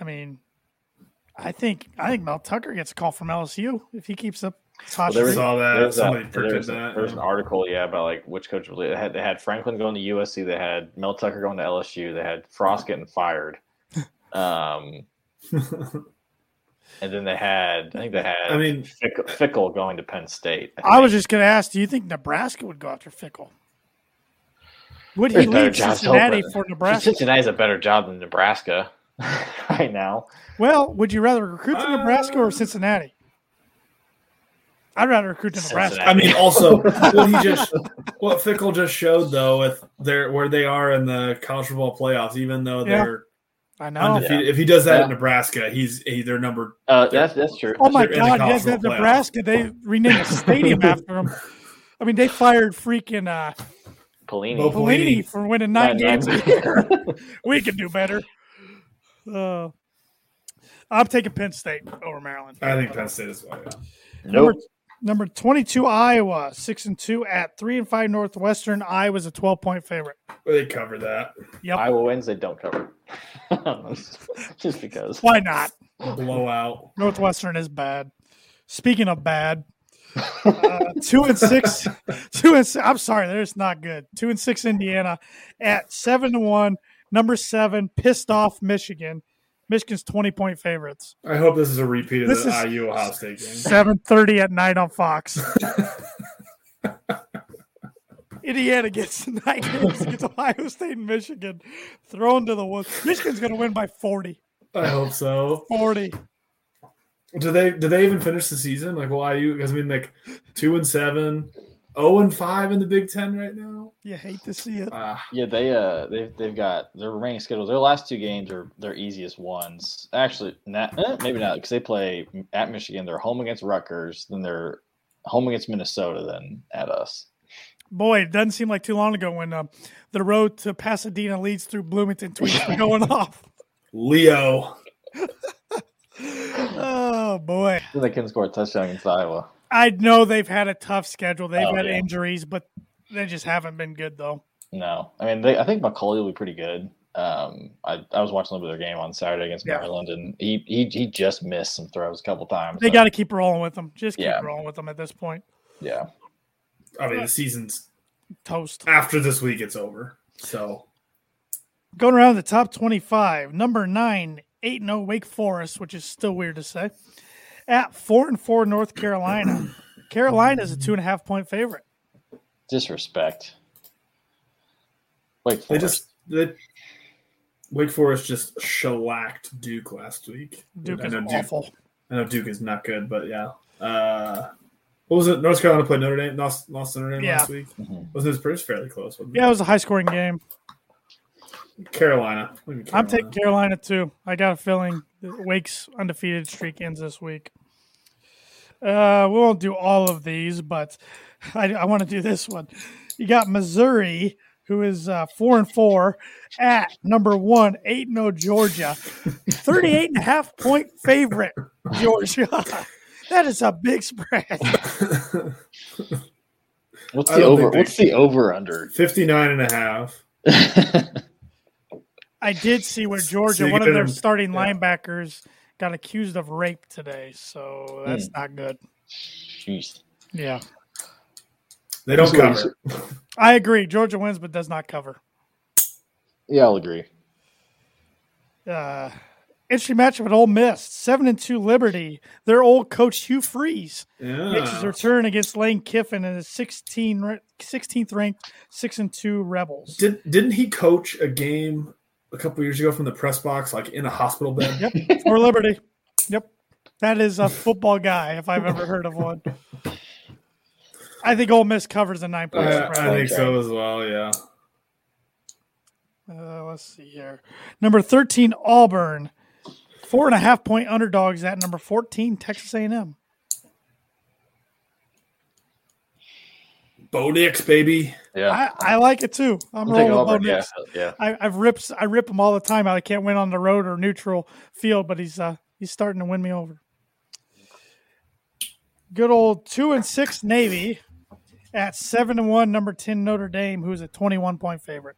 I mean, I think I think Mel Tucker gets a call from LSU if he keeps up It's hot Well, there streak. was- Saw that. There's a- Somebody predicted there's a- that. there's an article, yeah, about like which coach really they had. They had Franklin going to USC. They had Mel Tucker going to LSU. They had Frost getting fired. Um, and then they had, I think they had. I mean- Fickle, Fickle going to Penn State. I was just going to ask, do you think Nebraska would go after Fickle? Would he There's better leave jobs Cincinnati open. for Nebraska? Cincinnati has a better job than Nebraska right now. Well, would you rather recruit to Nebraska Uh, or Cincinnati? I'd rather recruit to Nebraska. Cincinnati. I mean, also what he just, what Fickle just showed though, with their where they are in the college football playoffs, even though Yeah. Oh, they're I know. undefeated. If he does that Yeah. at Nebraska, he's he, they're number. Uh, that's that's true. Oh my in the God! college Yes, that football playoffs. Nebraska. They renamed a stadium after him. I mean, they fired freaking uh, Pelini. Well, Pelini Pelini. for winning nine Nine games. games. we could do better. Uh, I'm taking Penn State over Maryland. I think Penn State is why. yeah. nope. Number 22, Iowa, six and two at three and five Northwestern. Iowa's a 12 point favorite. But They cover that. Iowa wins. They don't cover. just because. Why not? Blowout. Northwestern is bad. Speaking of bad, uh, two and six, two and si- I'm sorry, they're just not good. Two and six Indiana at seven to one. Number seven, pissed off Michigan. Michigan's 20 point favorites. I hope this is a repeat of This the is- IU Ohio State game. 7:30 at night on Fox. Indiana gets the night games against Ohio State and Michigan thrown to the wolves. Michigan's going to win by 40. I hope so. 40. Do they do they even finish the season? Like well, IU because I mean like two and seven, oh and five in the Big Ten right now. You hate to see it. Ah, Yeah, they uh, they've they've got their remaining schedules. Their last two games are their easiest ones. Actually, not, eh, maybe not because they play at Michigan. They're home against Rutgers. Then they're home against Minnesota. Then at us. Boy, it doesn't seem like too long ago when um, the road to Pasadena leads through Bloomington tweets were going off. Leo. Oh, boy. Then they can score a touchdown against Iowa. I know they've had a tough schedule. They've Oh, had yeah. injuries, but they just haven't been good, though. No, I mean, they, I think McCauley will be pretty good. Um, I, I was watching a little bit of their game on Saturday against Yeah. Maryland, and he, he he just missed some throws a couple times. They so, got to keep rolling with them. Just keep Yeah. rolling with them at this point. yeah. I mean the season's Toast. after this week it's over. So Going around the top 25, number nine, 8 0 Wake Forest, which is still weird to say, at 4 and 4 North Carolina. Carolina is a two and a half point favorite. disrespect. Wake they Forest. just they, Wake Forest just shellacked Duke last week. Duke I is know awful. I know Duke is not good, but yeah. Uh, what was it? North Carolina played Notre Dame, lost, lost to Notre Dame Yeah. last week. Mhm. Wasn't it pretty fairly close? Wasn't Yeah, it was a high scoring game. it? Carolina. Look at I'm Carolina. taking Carolina too. I got a feeling that Wake's undefeated streak ends this week. Uh, we won't do all of these, but I, I want to do this one. You got Missouri, who is uh, four and four, at number one, eight and oh Georgia, 38 and a half point favorite Georgia. that is a big spread. What's I the don't over? think they- What's the over under? 59 and a half. I did see where Georgia, you one of get their them- starting yeah. linebackers, got accused of rape today. So that's Hmm. not good. Jeez. Yeah. They don't That's cover. I agree. Georgia wins, but does not cover. Yeah, I'll agree. Uh, interesting matchup at Ole Miss. Seven and two Liberty. Their old coach Hugh Freeze makes his Yeah. return against Lane Kiffin and his 16 ra- 16th ranked six and two Rebels. Did, didn't he coach a game a couple years ago from the press box, like in a hospital bed? Yep, for Liberty. Yep, that is a football guy if I've ever heard of one. I think Ole Miss covers a nine point Uh, spread. I think so as well, yeah. Uh, let's see here. Number thirteen Auburn, four and a half point underdogs at number fourteen Texas A and M. Bo Nix, baby. Yeah, I, I like it too. I'm, I'm rolling taking with Bo over. Yeah, Nix. yeah. I, I've rips I rip him all the time. I can't win on the road or neutral field, but he's uh, he's starting to win me over. Good old two and six Navy at seven and one number ten Notre Dame, who's a twenty one point favorite.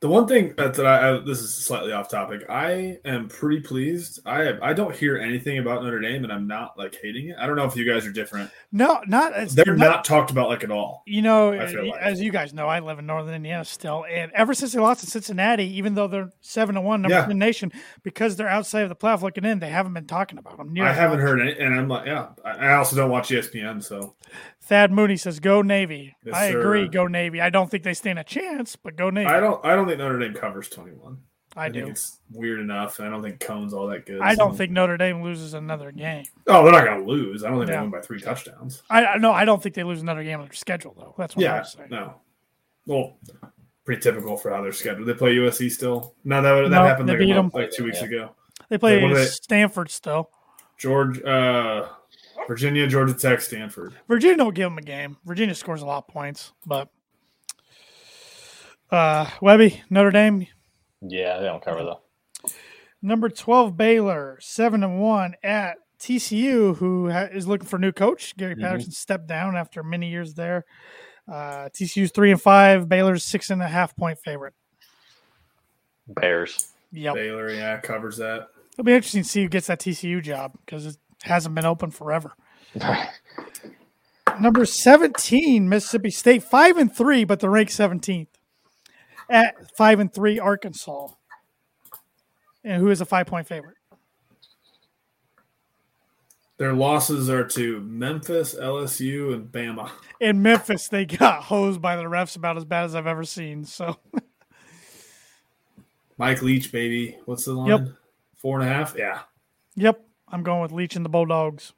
The one thing that, that I, I this is slightly off topic. I am pretty pleased. I I don't hear anything about Notre Dame, and I'm not like hating it. I don't know if you guys are different. No, not it's They're not talked about like at all. You know, I feel like. as you guys know, I live in Northern Indiana still, and ever since they lost to Cincinnati, even though they're seven to one, number Yeah. one in the nation, because they're outside of the playoff looking in, they haven't been talking about them. Near I haven't heard any, and I'm like, yeah. I, I also don't watch E ESPN, so Thad Mooney says, "Go Navy." Yes, I agree, sir. go Navy. I don't think they stand a chance, but go Navy. I I, don't. I don't think Notre Dame covers 21. think do. it's weird enough, and I don't think Cone's all that good. I don't so- think Notre Dame loses another game. Oh, they're not going to lose. I don't think No. they won by three touchdowns. I I- no, I don't think they lose another game on their schedule though. Oh, That's what Yeah, I'm saying. no. Well, pretty typical for how they're scheduled. They play USC still. No, that that No, happened they like, a beat month- 'em. like two weeks ago. They play Yeah, what are they- Stanford still. George, uh, Virginia, Georgia Tech, Stanford. Virginia don't give them a game. Virginia scores a lot of points, but uh, Webby Notre Dame Yeah, they don't cover though. number twelve Baylor seven and one at TCU, who ha- is looking for a new coach. Gary Mhm. Patterson stepped down after many years there. Uh, TCU's three and five. Baylor's six and a half point favorite. Bears. Yep, Baylor, yeah, covers that. it'll be interesting to see who gets that TCU job because it hasn't been open forever. Number 17, Mississippi State, five and three, but they're ranked 17th at five and three, Arkansas. And who is a five point favorite? Their losses are to Memphis, LSU, and Bama. In Memphis, they got hosed by the refs about as bad as I've ever seen. So, Mike Leach, baby. What's the line? Yep. Four and a half. Yeah. yep, I'm going with Leach and the Bulldogs.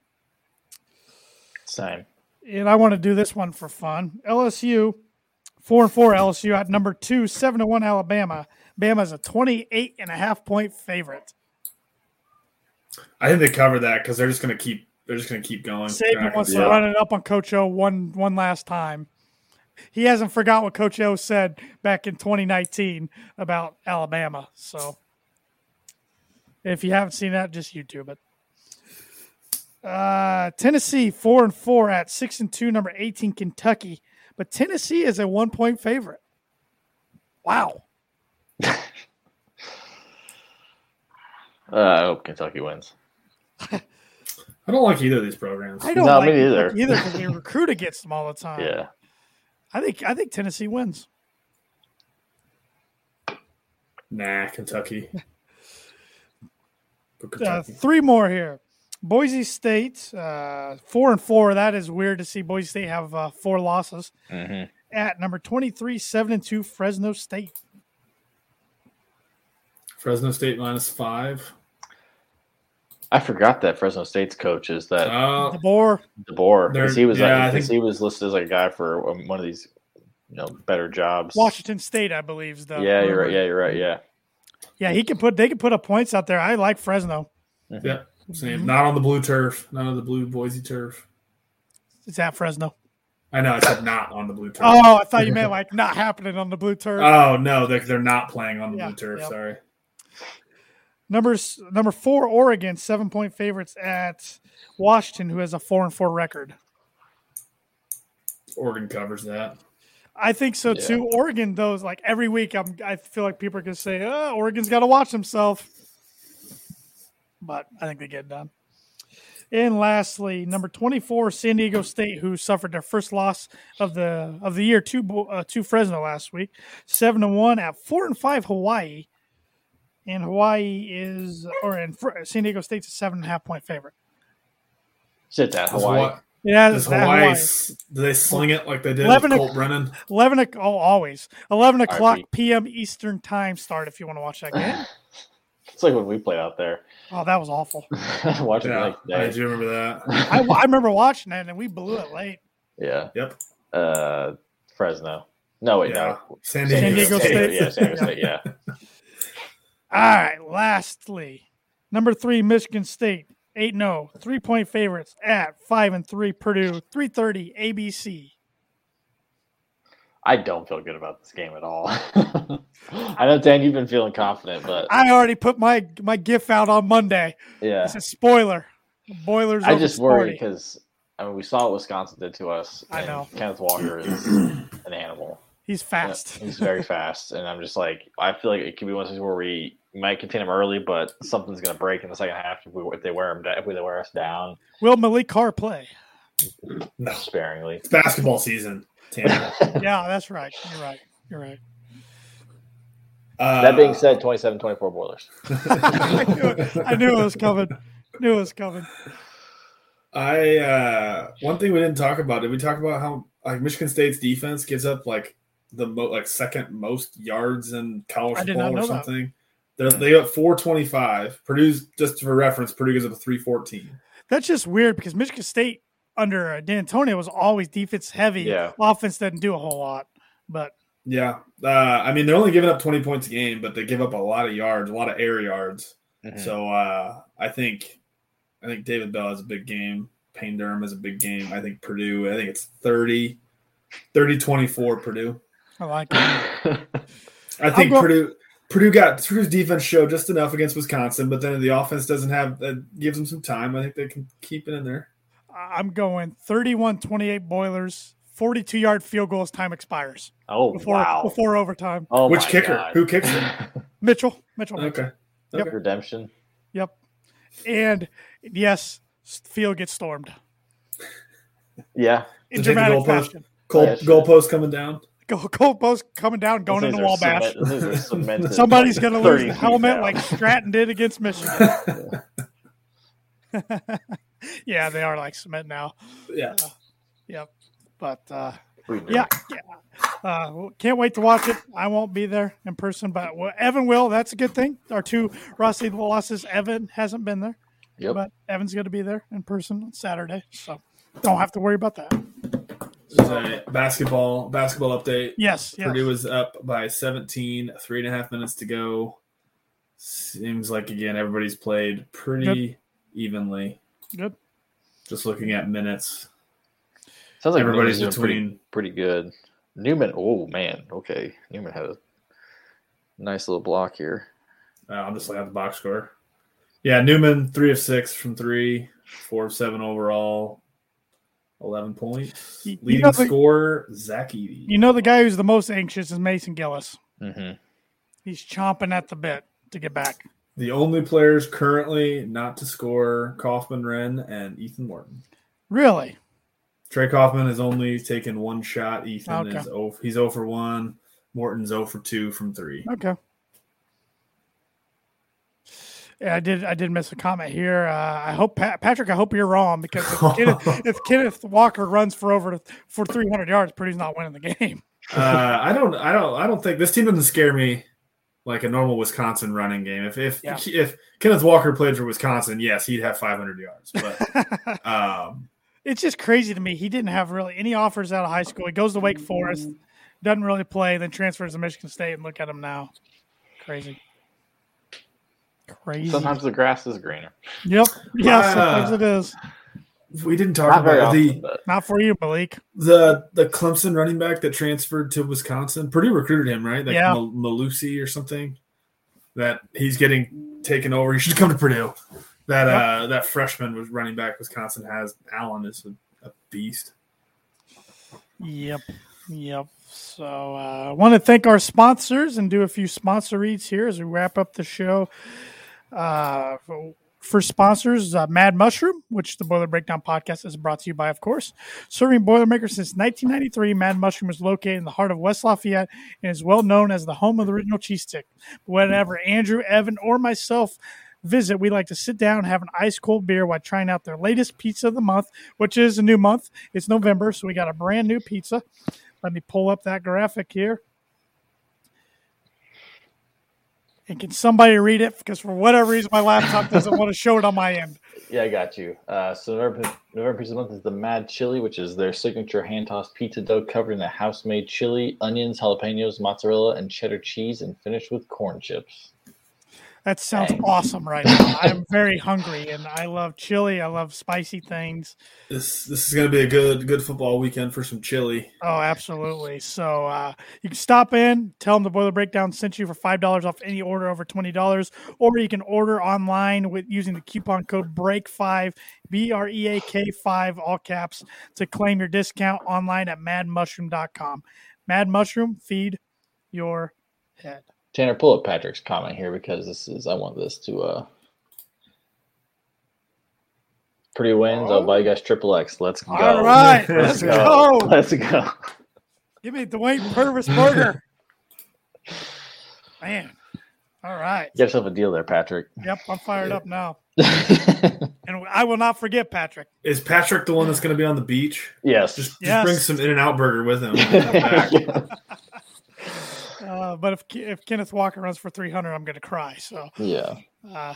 Same. and I want to do this one for fun. LSU, four and four LSU at number two, seven to one Alabama. Bama's a 28 and a half point favorite. I think they cover that because they're just going to keep. They're just going to keep going. They're not Saban gonna wants to Yeah. run it up on Coach O one one last time. He hasn't forgot what Coach O said back in 2019 about Alabama. So if you haven't seen that, just YouTube it. Uh, Tennessee four and four at six and two, number 18 Kentucky, but Tennessee is a one point favorite. Wow, Uh, I hope Kentucky wins. I don't like either of these programs. I don't No, like me neither. Kentucky either because they recruit against them all the Uh, time. Yeah. I think I think Tennessee wins. Nah, Kentucky. But uh, Kentucky. three more here. Boise State, uh, four and four. That is weird to see Boise State have uh, four losses hmm at number 23, seven and two, Fresno State. Fresno State minus five. I forgot that Fresno State's coach is that Uh, DeBoer, DeBoer because They're- he was yeah, I like, 'cause think- he was listed as like a guy for um, one of these you know better jobs. Washington State, I believe, is the Yeah, you're right. Yeah, you're right. Yeah. yeah. He can put they can put up points out there. I like Fresno. yeah, Mm-hmm. same. Not on the blue turf. Not on the blue Boise turf. It's at Fresno. I know. I said not on the blue turf. Oh, Oh, I thought you meant like not happening on the blue turf. Uh, no, they're, they're not playing on the Yeah, blue turf. yep. Sorry. Numbers number four, Oregon, seven point favorites at Washington, who has a four and four record. Oregon covers that. I think so Yeah. too. Oregon, though, is like every week, I'm I feel like people are gonna say, oh, Oregon's got to watch himself. But I think they get it done. And lastly, number twenty-four, San Diego State, who suffered their first loss of the of the year to Bo- uh, to Fresno last week, seven to one at four and five Hawaii, and Hawaii is or in Fr- San Diego State's a seven and a half point favorite. Sit that Does Hawaii. Hawaii- Yeah, Does it's at Hawaii, Hawaii. s do they sling it like they did Eleven with o- Colt Brennan? Eleven o'clock, oh, always eleven right, o'clock we- p.m. Eastern time start if you want to watch that game. It's like when we played out there. Oh, that was awful. Watching Yeah, like I that. do remember that. I, I remember watching it and we blew it late. Yeah. Yep. Uh, Fresno. No wait, Yeah. no. San Diego, San Diego State. State. Yeah, San Diego State. Yeah. All right. Lastly, number three, Michigan State, 8 0, three point favorites at 5 and 3, Purdue, 330, ABC. I don't feel good about this game at all. I know Dan, you've been feeling confident, but I already put my, my GIF out on Monday. yeah, It's a spoiler. Boilers. I over just worry 40. because I mean we saw what Wisconsin did to us. I and know. Kenneth Walker is an animal. He's fast. He's very fast, and I'm just like, I feel like it could be one of those where we might contain him early, but something's gonna break in the second half if we if they wear him da- if they wear us down Will Malik Carr play? No, sparingly. it's basketball season. Tanner. Yeah, that's right. You're right. You're right. Uh, That being said, 27-24 Boilers. I knew, it. I knew it was coming. Knew it was coming. I uh one thing we didn't talk about. Did we talk about how like Michigan State's defense gives up like the mo- like second most yards in college I did not football or know that. something? They're, they got four twenty five. Purdue's just for reference. Purdue gives up three fourteen. That's just weird because Michigan State under uh, D'Antonio was always defense heavy. Yeah. Offense doesn't do a whole lot, but Yeah, uh, I mean they're only giving up twenty points a game, but they give up a lot of yards, a lot of air yards. Hmm. So uh I think I think David Bell has a big game. Payne Durham has a big game. I think Purdue. I think it's 30, 30 24 Purdue. I like it. I think go- Purdue Purdue got Purdue's defense showed just enough against Wisconsin, but then the offense doesn't have that gives them some time. I think they can keep it in there. I- I'm going 31 28 Boilers, 42 yard field goals, time expires oh before wow! before overtime. oh Which my kicker? God. Who kicks it? Mitchell, Mitchell. Okay. Redemption. Yep. And yes, s- field gets stormed Yeah, in Does it take the dramatic goalpost? fashion. Goal, Yeah, sure. goalpost coming down. Go, goalpost coming down, going in the Those things are wall bash. cement- those things are cemented Somebody's like going to 30 lose the feet helmet down. like Stratton did against Michigan. yeah, they are like cement now. Yeah. Yep. But uh, We know. yeah, yeah. Uh, well, can't wait to watch it. I won't be there in person, but well, Evan will. That's a good thing. Our two Rossi losses, Evan hasn't been there, Yep. but Evan's going to be there in person on Saturday. So don't have to worry about that. This is a basketball basketball update. Yes. yes. Purdue is up by 17, three and a half minutes to go. Seems like again everybody's played pretty evenly. Good. Just looking at minutes. Sounds like Everybody's Newman's doing between pretty, pretty good. Newman. Oh man. Okay. Newman had a nice little block here. Uh, I'm just looking at the box score. Yeah, Newman three of six from three, four of seven overall, eleven points. You- you Leading know the- scorer Zach Eady. You know, the guy who's the most anxious is Mason Gillis. Mm-hmm. He's chomping at the bit to get back. the only players currently not to score Kaufman, Wren, and Ethan Morton. Really? Trey Kaufman has only taken one shot. Ethan Okay. is oh, he's 0 for one. Morton's 0 for two from three. Okay. Yeah, I did. I did miss a comment here. Uh, I hope Pat, Patrick. I hope you're wrong because if Kenneth, if Kenneth Walker runs for over for 300 yards, Purdue's not winning the game. uh, I don't, I don't, I don't think this team doesn't scare me like a normal Wisconsin running game. If if Yeah. if Kenneth Walker played for Wisconsin, yes, he'd have 500 yards. But um, it's just crazy to me. He didn't have really any offers out of high school. He goes to Wake Forest, doesn't really play, then transfers to Michigan State, and look at him now. Crazy. Crazy. Sometimes the grass is greener. Yep. Yeah. Ah. sometimes it is. we didn't talk Not very about often, the but Not for you, Malik. the the Clemson running back that transferred to Wisconsin. Purdue recruited him, right? Like Yeah. Mal- Malusi or something. That he's getting taken over. He should come to Purdue. That uh, that freshman was running back Wisconsin has. Allen is a, a beast. Yep. Yep. So uh, I want to thank our sponsors and do a few sponsor reads here as we wrap up the show. Uh, for- for sponsors, uh, Mad Mushroom, which the Boiler Breakdown podcast is brought to you by, of course. Serving Boilermakers since 1993, Mad Mushroom is located in the heart of West Lafayette and is well known as the home of the original cheese stick. Whenever Andrew, Evan, or myself visit, we like to sit down, have an ice cold beer while trying out their latest pizza of the month, which is a new month. It's November, so we got a brand new pizza. Let me pull up that graphic here. And can somebody read it? Because for whatever reason, my laptop doesn't want to show it on my end. yeah, I got you. Uh, so November, November Pizza Month is the Mad Chili, which is their signature hand-tossed pizza dough covered in a house-made chili, onions, jalapenos, mozzarella, and cheddar cheese, and finished with corn chips. That sounds Dang. awesome right now. I'm very hungry and I love chili. I love spicy things. This this is going to be a good good football weekend for some chili. Oh, absolutely. So uh, you can stop in, tell them the boiler breakdown sent you for five dollars off any order over twenty dollars, or you can order online with using the coupon code BREAK five B R E A K five all caps to claim your discount online at madmushroom.com. Mad Mushroom, feed your head. Tanner, pull up Patrick's comment here because this is I want this to uh pretty wins. I'll buy you guys triple X. Let's go. All right, let's go. Let's go. Give me Dwayne Purvis Burger. Man. All right. Get yourself a deal there, Patrick. Yep, I'm fired up now. yes. And I will not forget Patrick. Is Patrick the one that's going to be on the beach? Just, just Yes. bring some In and Out Burger with him. Uh, but if if Kenneth Walker runs for 300, I'm going to cry. So yeah. uh,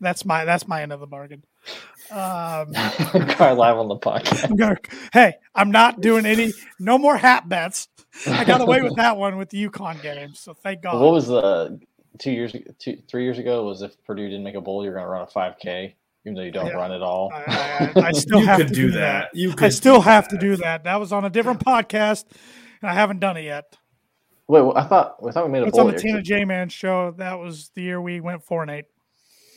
that's my that's my end of the bargain. Um, Cry live on the podcast. I'm gonna, hey, I'm not doing any no more hat bets. I got away with that one with the UConn game, so thank God. What was the two years, two, three years ago? Was if Purdue didn't make a bowl, you're going to run a 5K, even though you don't Yeah. Uh, run at all. I, I, I still you have could to do that. You could I still have to do that. That was on a different podcast, and I haven't done it yet. Wait, well, I thought I thought we made a It's bowl. on the Tina J Man show. That was the year we went four and eight.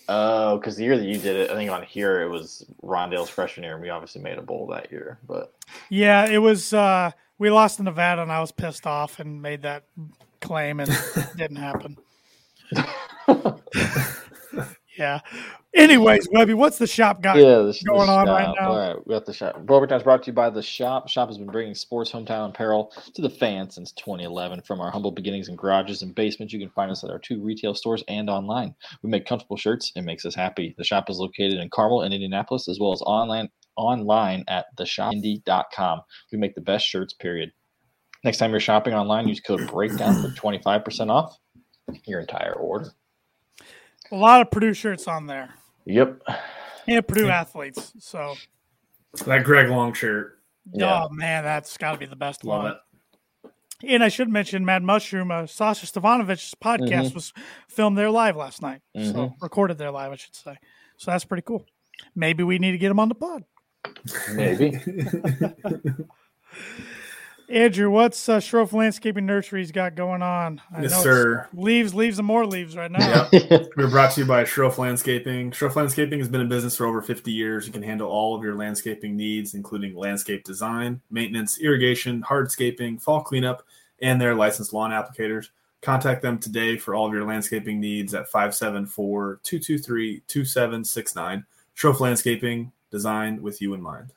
Oh, because the year that you did it, I think on here it was Rondale's freshman year, and we obviously made a bowl that year. But Yeah, it was. Uh, we lost to Nevada, and I was pissed off and made that claim, and it didn't happen. yeah. Anyways, Webby, what's the shop got? yeah, this, Going on right now. All right, we got the shop. Robert Town's brought to you by the shop. Shop has been bringing sports hometown apparel to the fans since 2011. From our humble beginnings in garages and basements, you can find us at our two retail stores and online. We make comfortable shirts. It makes us happy. The shop is located in Carmel and Indianapolis, as well as online online at theshopindy.com. We make the best shirts. Period. Next time you're shopping online, use code Breakdown for 25% off your entire order. A lot of Purdue shirts on there Yep. and Purdue athletes. So, that Greg Long shirt. Yeah. oh man, that's got to be the best Love one. it. And I should mention Mad Mushroom, uh, Sasha Stefanovich's Mm-hmm. podcast was filmed there live last night. So, recorded there live, I should say. So, that's pretty cool. Maybe we need to get him on the pod. Maybe. Andrew, what's uh, Shroff Landscaping Nursery's got going on? I Yes, know it's sir. Leaves, leaves, and more leaves right now. We're brought to you by Shroff Landscaping. Shroff Landscaping has been in business for over 50 years and can handle all of your landscaping needs, including landscape design, maintenance, irrigation, hardscaping, fall cleanup, and their licensed lawn applicators. Contact them today for all of your landscaping needs at 574 223 2769. Shroff Landscaping, designed with you in mind.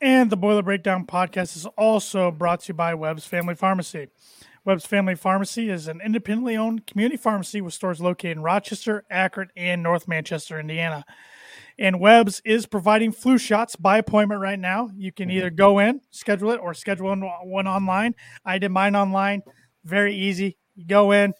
And the Boiler Breakdown podcast is also brought to you by Webb's Family Pharmacy. Webb's Family Pharmacy is an independently owned community pharmacy with stores located in Rochester, Akron, and North Manchester, Indiana. And Webb's is providing flu shots by appointment right now. You can either go in, schedule it, or schedule one- one online. I did mine online. Very easy. You go in,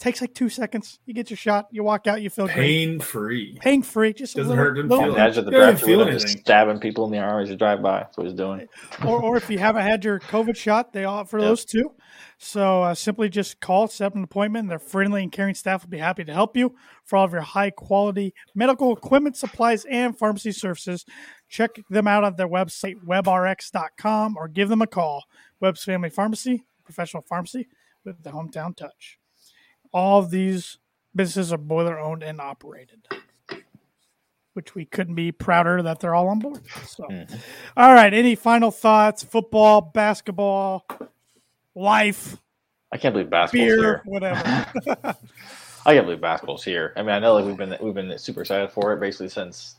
takes like two seconds. You get your shot, you walk out, you feel great. Pain free. Pain free, just a Doesn't little, hurt, doesn't little feel it. Imagine at the You don't even drive feel window just anything. stabbing people in the arm as you drive by. That's what he's doing. or, or if you haven't had your COVID shot, they offer Yep. those too. So uh, simply just call, set up an appointment. Their friendly and caring staff will be happy to help you for all of your high quality medical equipment, supplies, and pharmacy services. Check them out on their website, webrx.com, or give them a call. Webb's Family Pharmacy, professional pharmacy with the hometown touch. All of these businesses are boiler owned and operated, which we couldn't be prouder that they're all on board. So. All right. Any final thoughts? Football, basketball, life, I can't believe basketball's beer, here. whatever. I can't believe basketball's here. I mean, I know like we've been we've been super excited for it basically since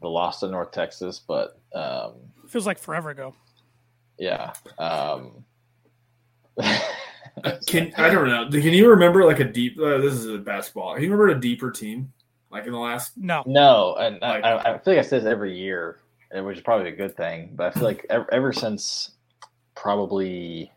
the loss to North Texas, but um, Feels like forever ago. yeah. Um, Can I don't know. Can you remember like a deep? Uh, this is a basketball. Can you remember a deeper team like in the last? No. no, and I, Like- I, I feel like I say this every year, and which is probably a good thing. But I feel like ever, ever since probably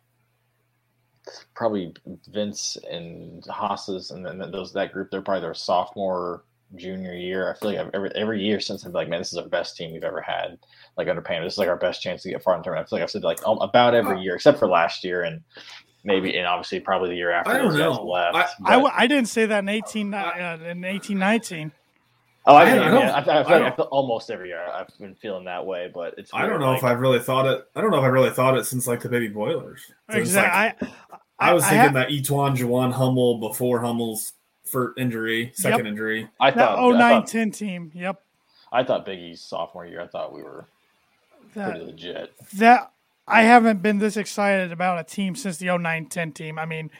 probably Vince and Haas's and then those that group, they're probably their sophomore junior year. I feel like I've every every year since I've been like, man, this is our best team we've ever had. Like under Pam, this is like our best chance to get far in the tournament. I feel like I've said like um, about every year except for last year and maybe and obviously probably the year after I don't those guys know. left. I- I, but- w- I didn't say that in 18, uh, in 1819. Oh, I, I mean, don't yeah, I, know. I, I, I feel, don't- I feel almost every year I've been feeling that way, but it's. I don't weird, know like, if I've really thought it. I don't know if I really thought it since like the baby boilers. So it's like- Exactly. I, I, was thinking have- that Etwan Jawan Hummel before Hummel's for injury, second injury. I that thought, oh I, nine thought ten team. Yep. I thought Biggie's sophomore year. I thought we were pretty That, legit. that I haven't been this excited about a team since the 09-10 team. I mean,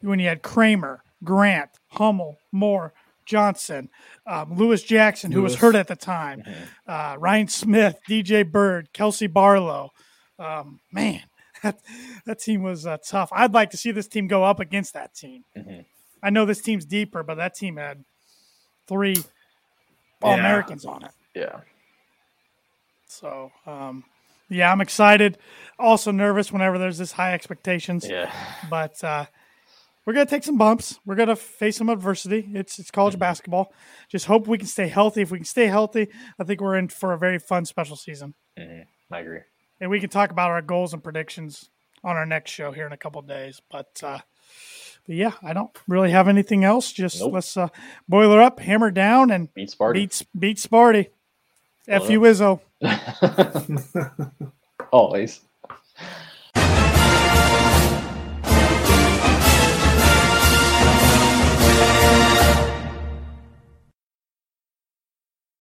when you had Kramer, Grant, Hummel, Moore, Johnson, um, Lewis Jackson, who was Lewis. hurt at the time, uh, Ryan Smith, DJ Bird, Kelsey Barlow. Um, man, that, that team was uh, tough. I'd like to see this team go up against that team. Mhm. I know this team's deeper, but that team had three All Americans on it. Yeah. So, um, yeah, I'm excited. Also nervous whenever there's this high expectations, Yeah. but uh, we're gonna take some bumps. We're gonna face some adversity. It's it's college Mm-hmm. basketball. Just hope we can stay healthy. If we can stay healthy, I think we're in for a very fun special season, Mhm. I agree. and we can talk about our goals and predictions on our next show here in a couple days. But uh, but yeah, I don't really have anything else. Just Nope. let's uh, boiler up, hammer down, and Beats Sparty. beat beat Sparty. F Well- you Izzo. Always.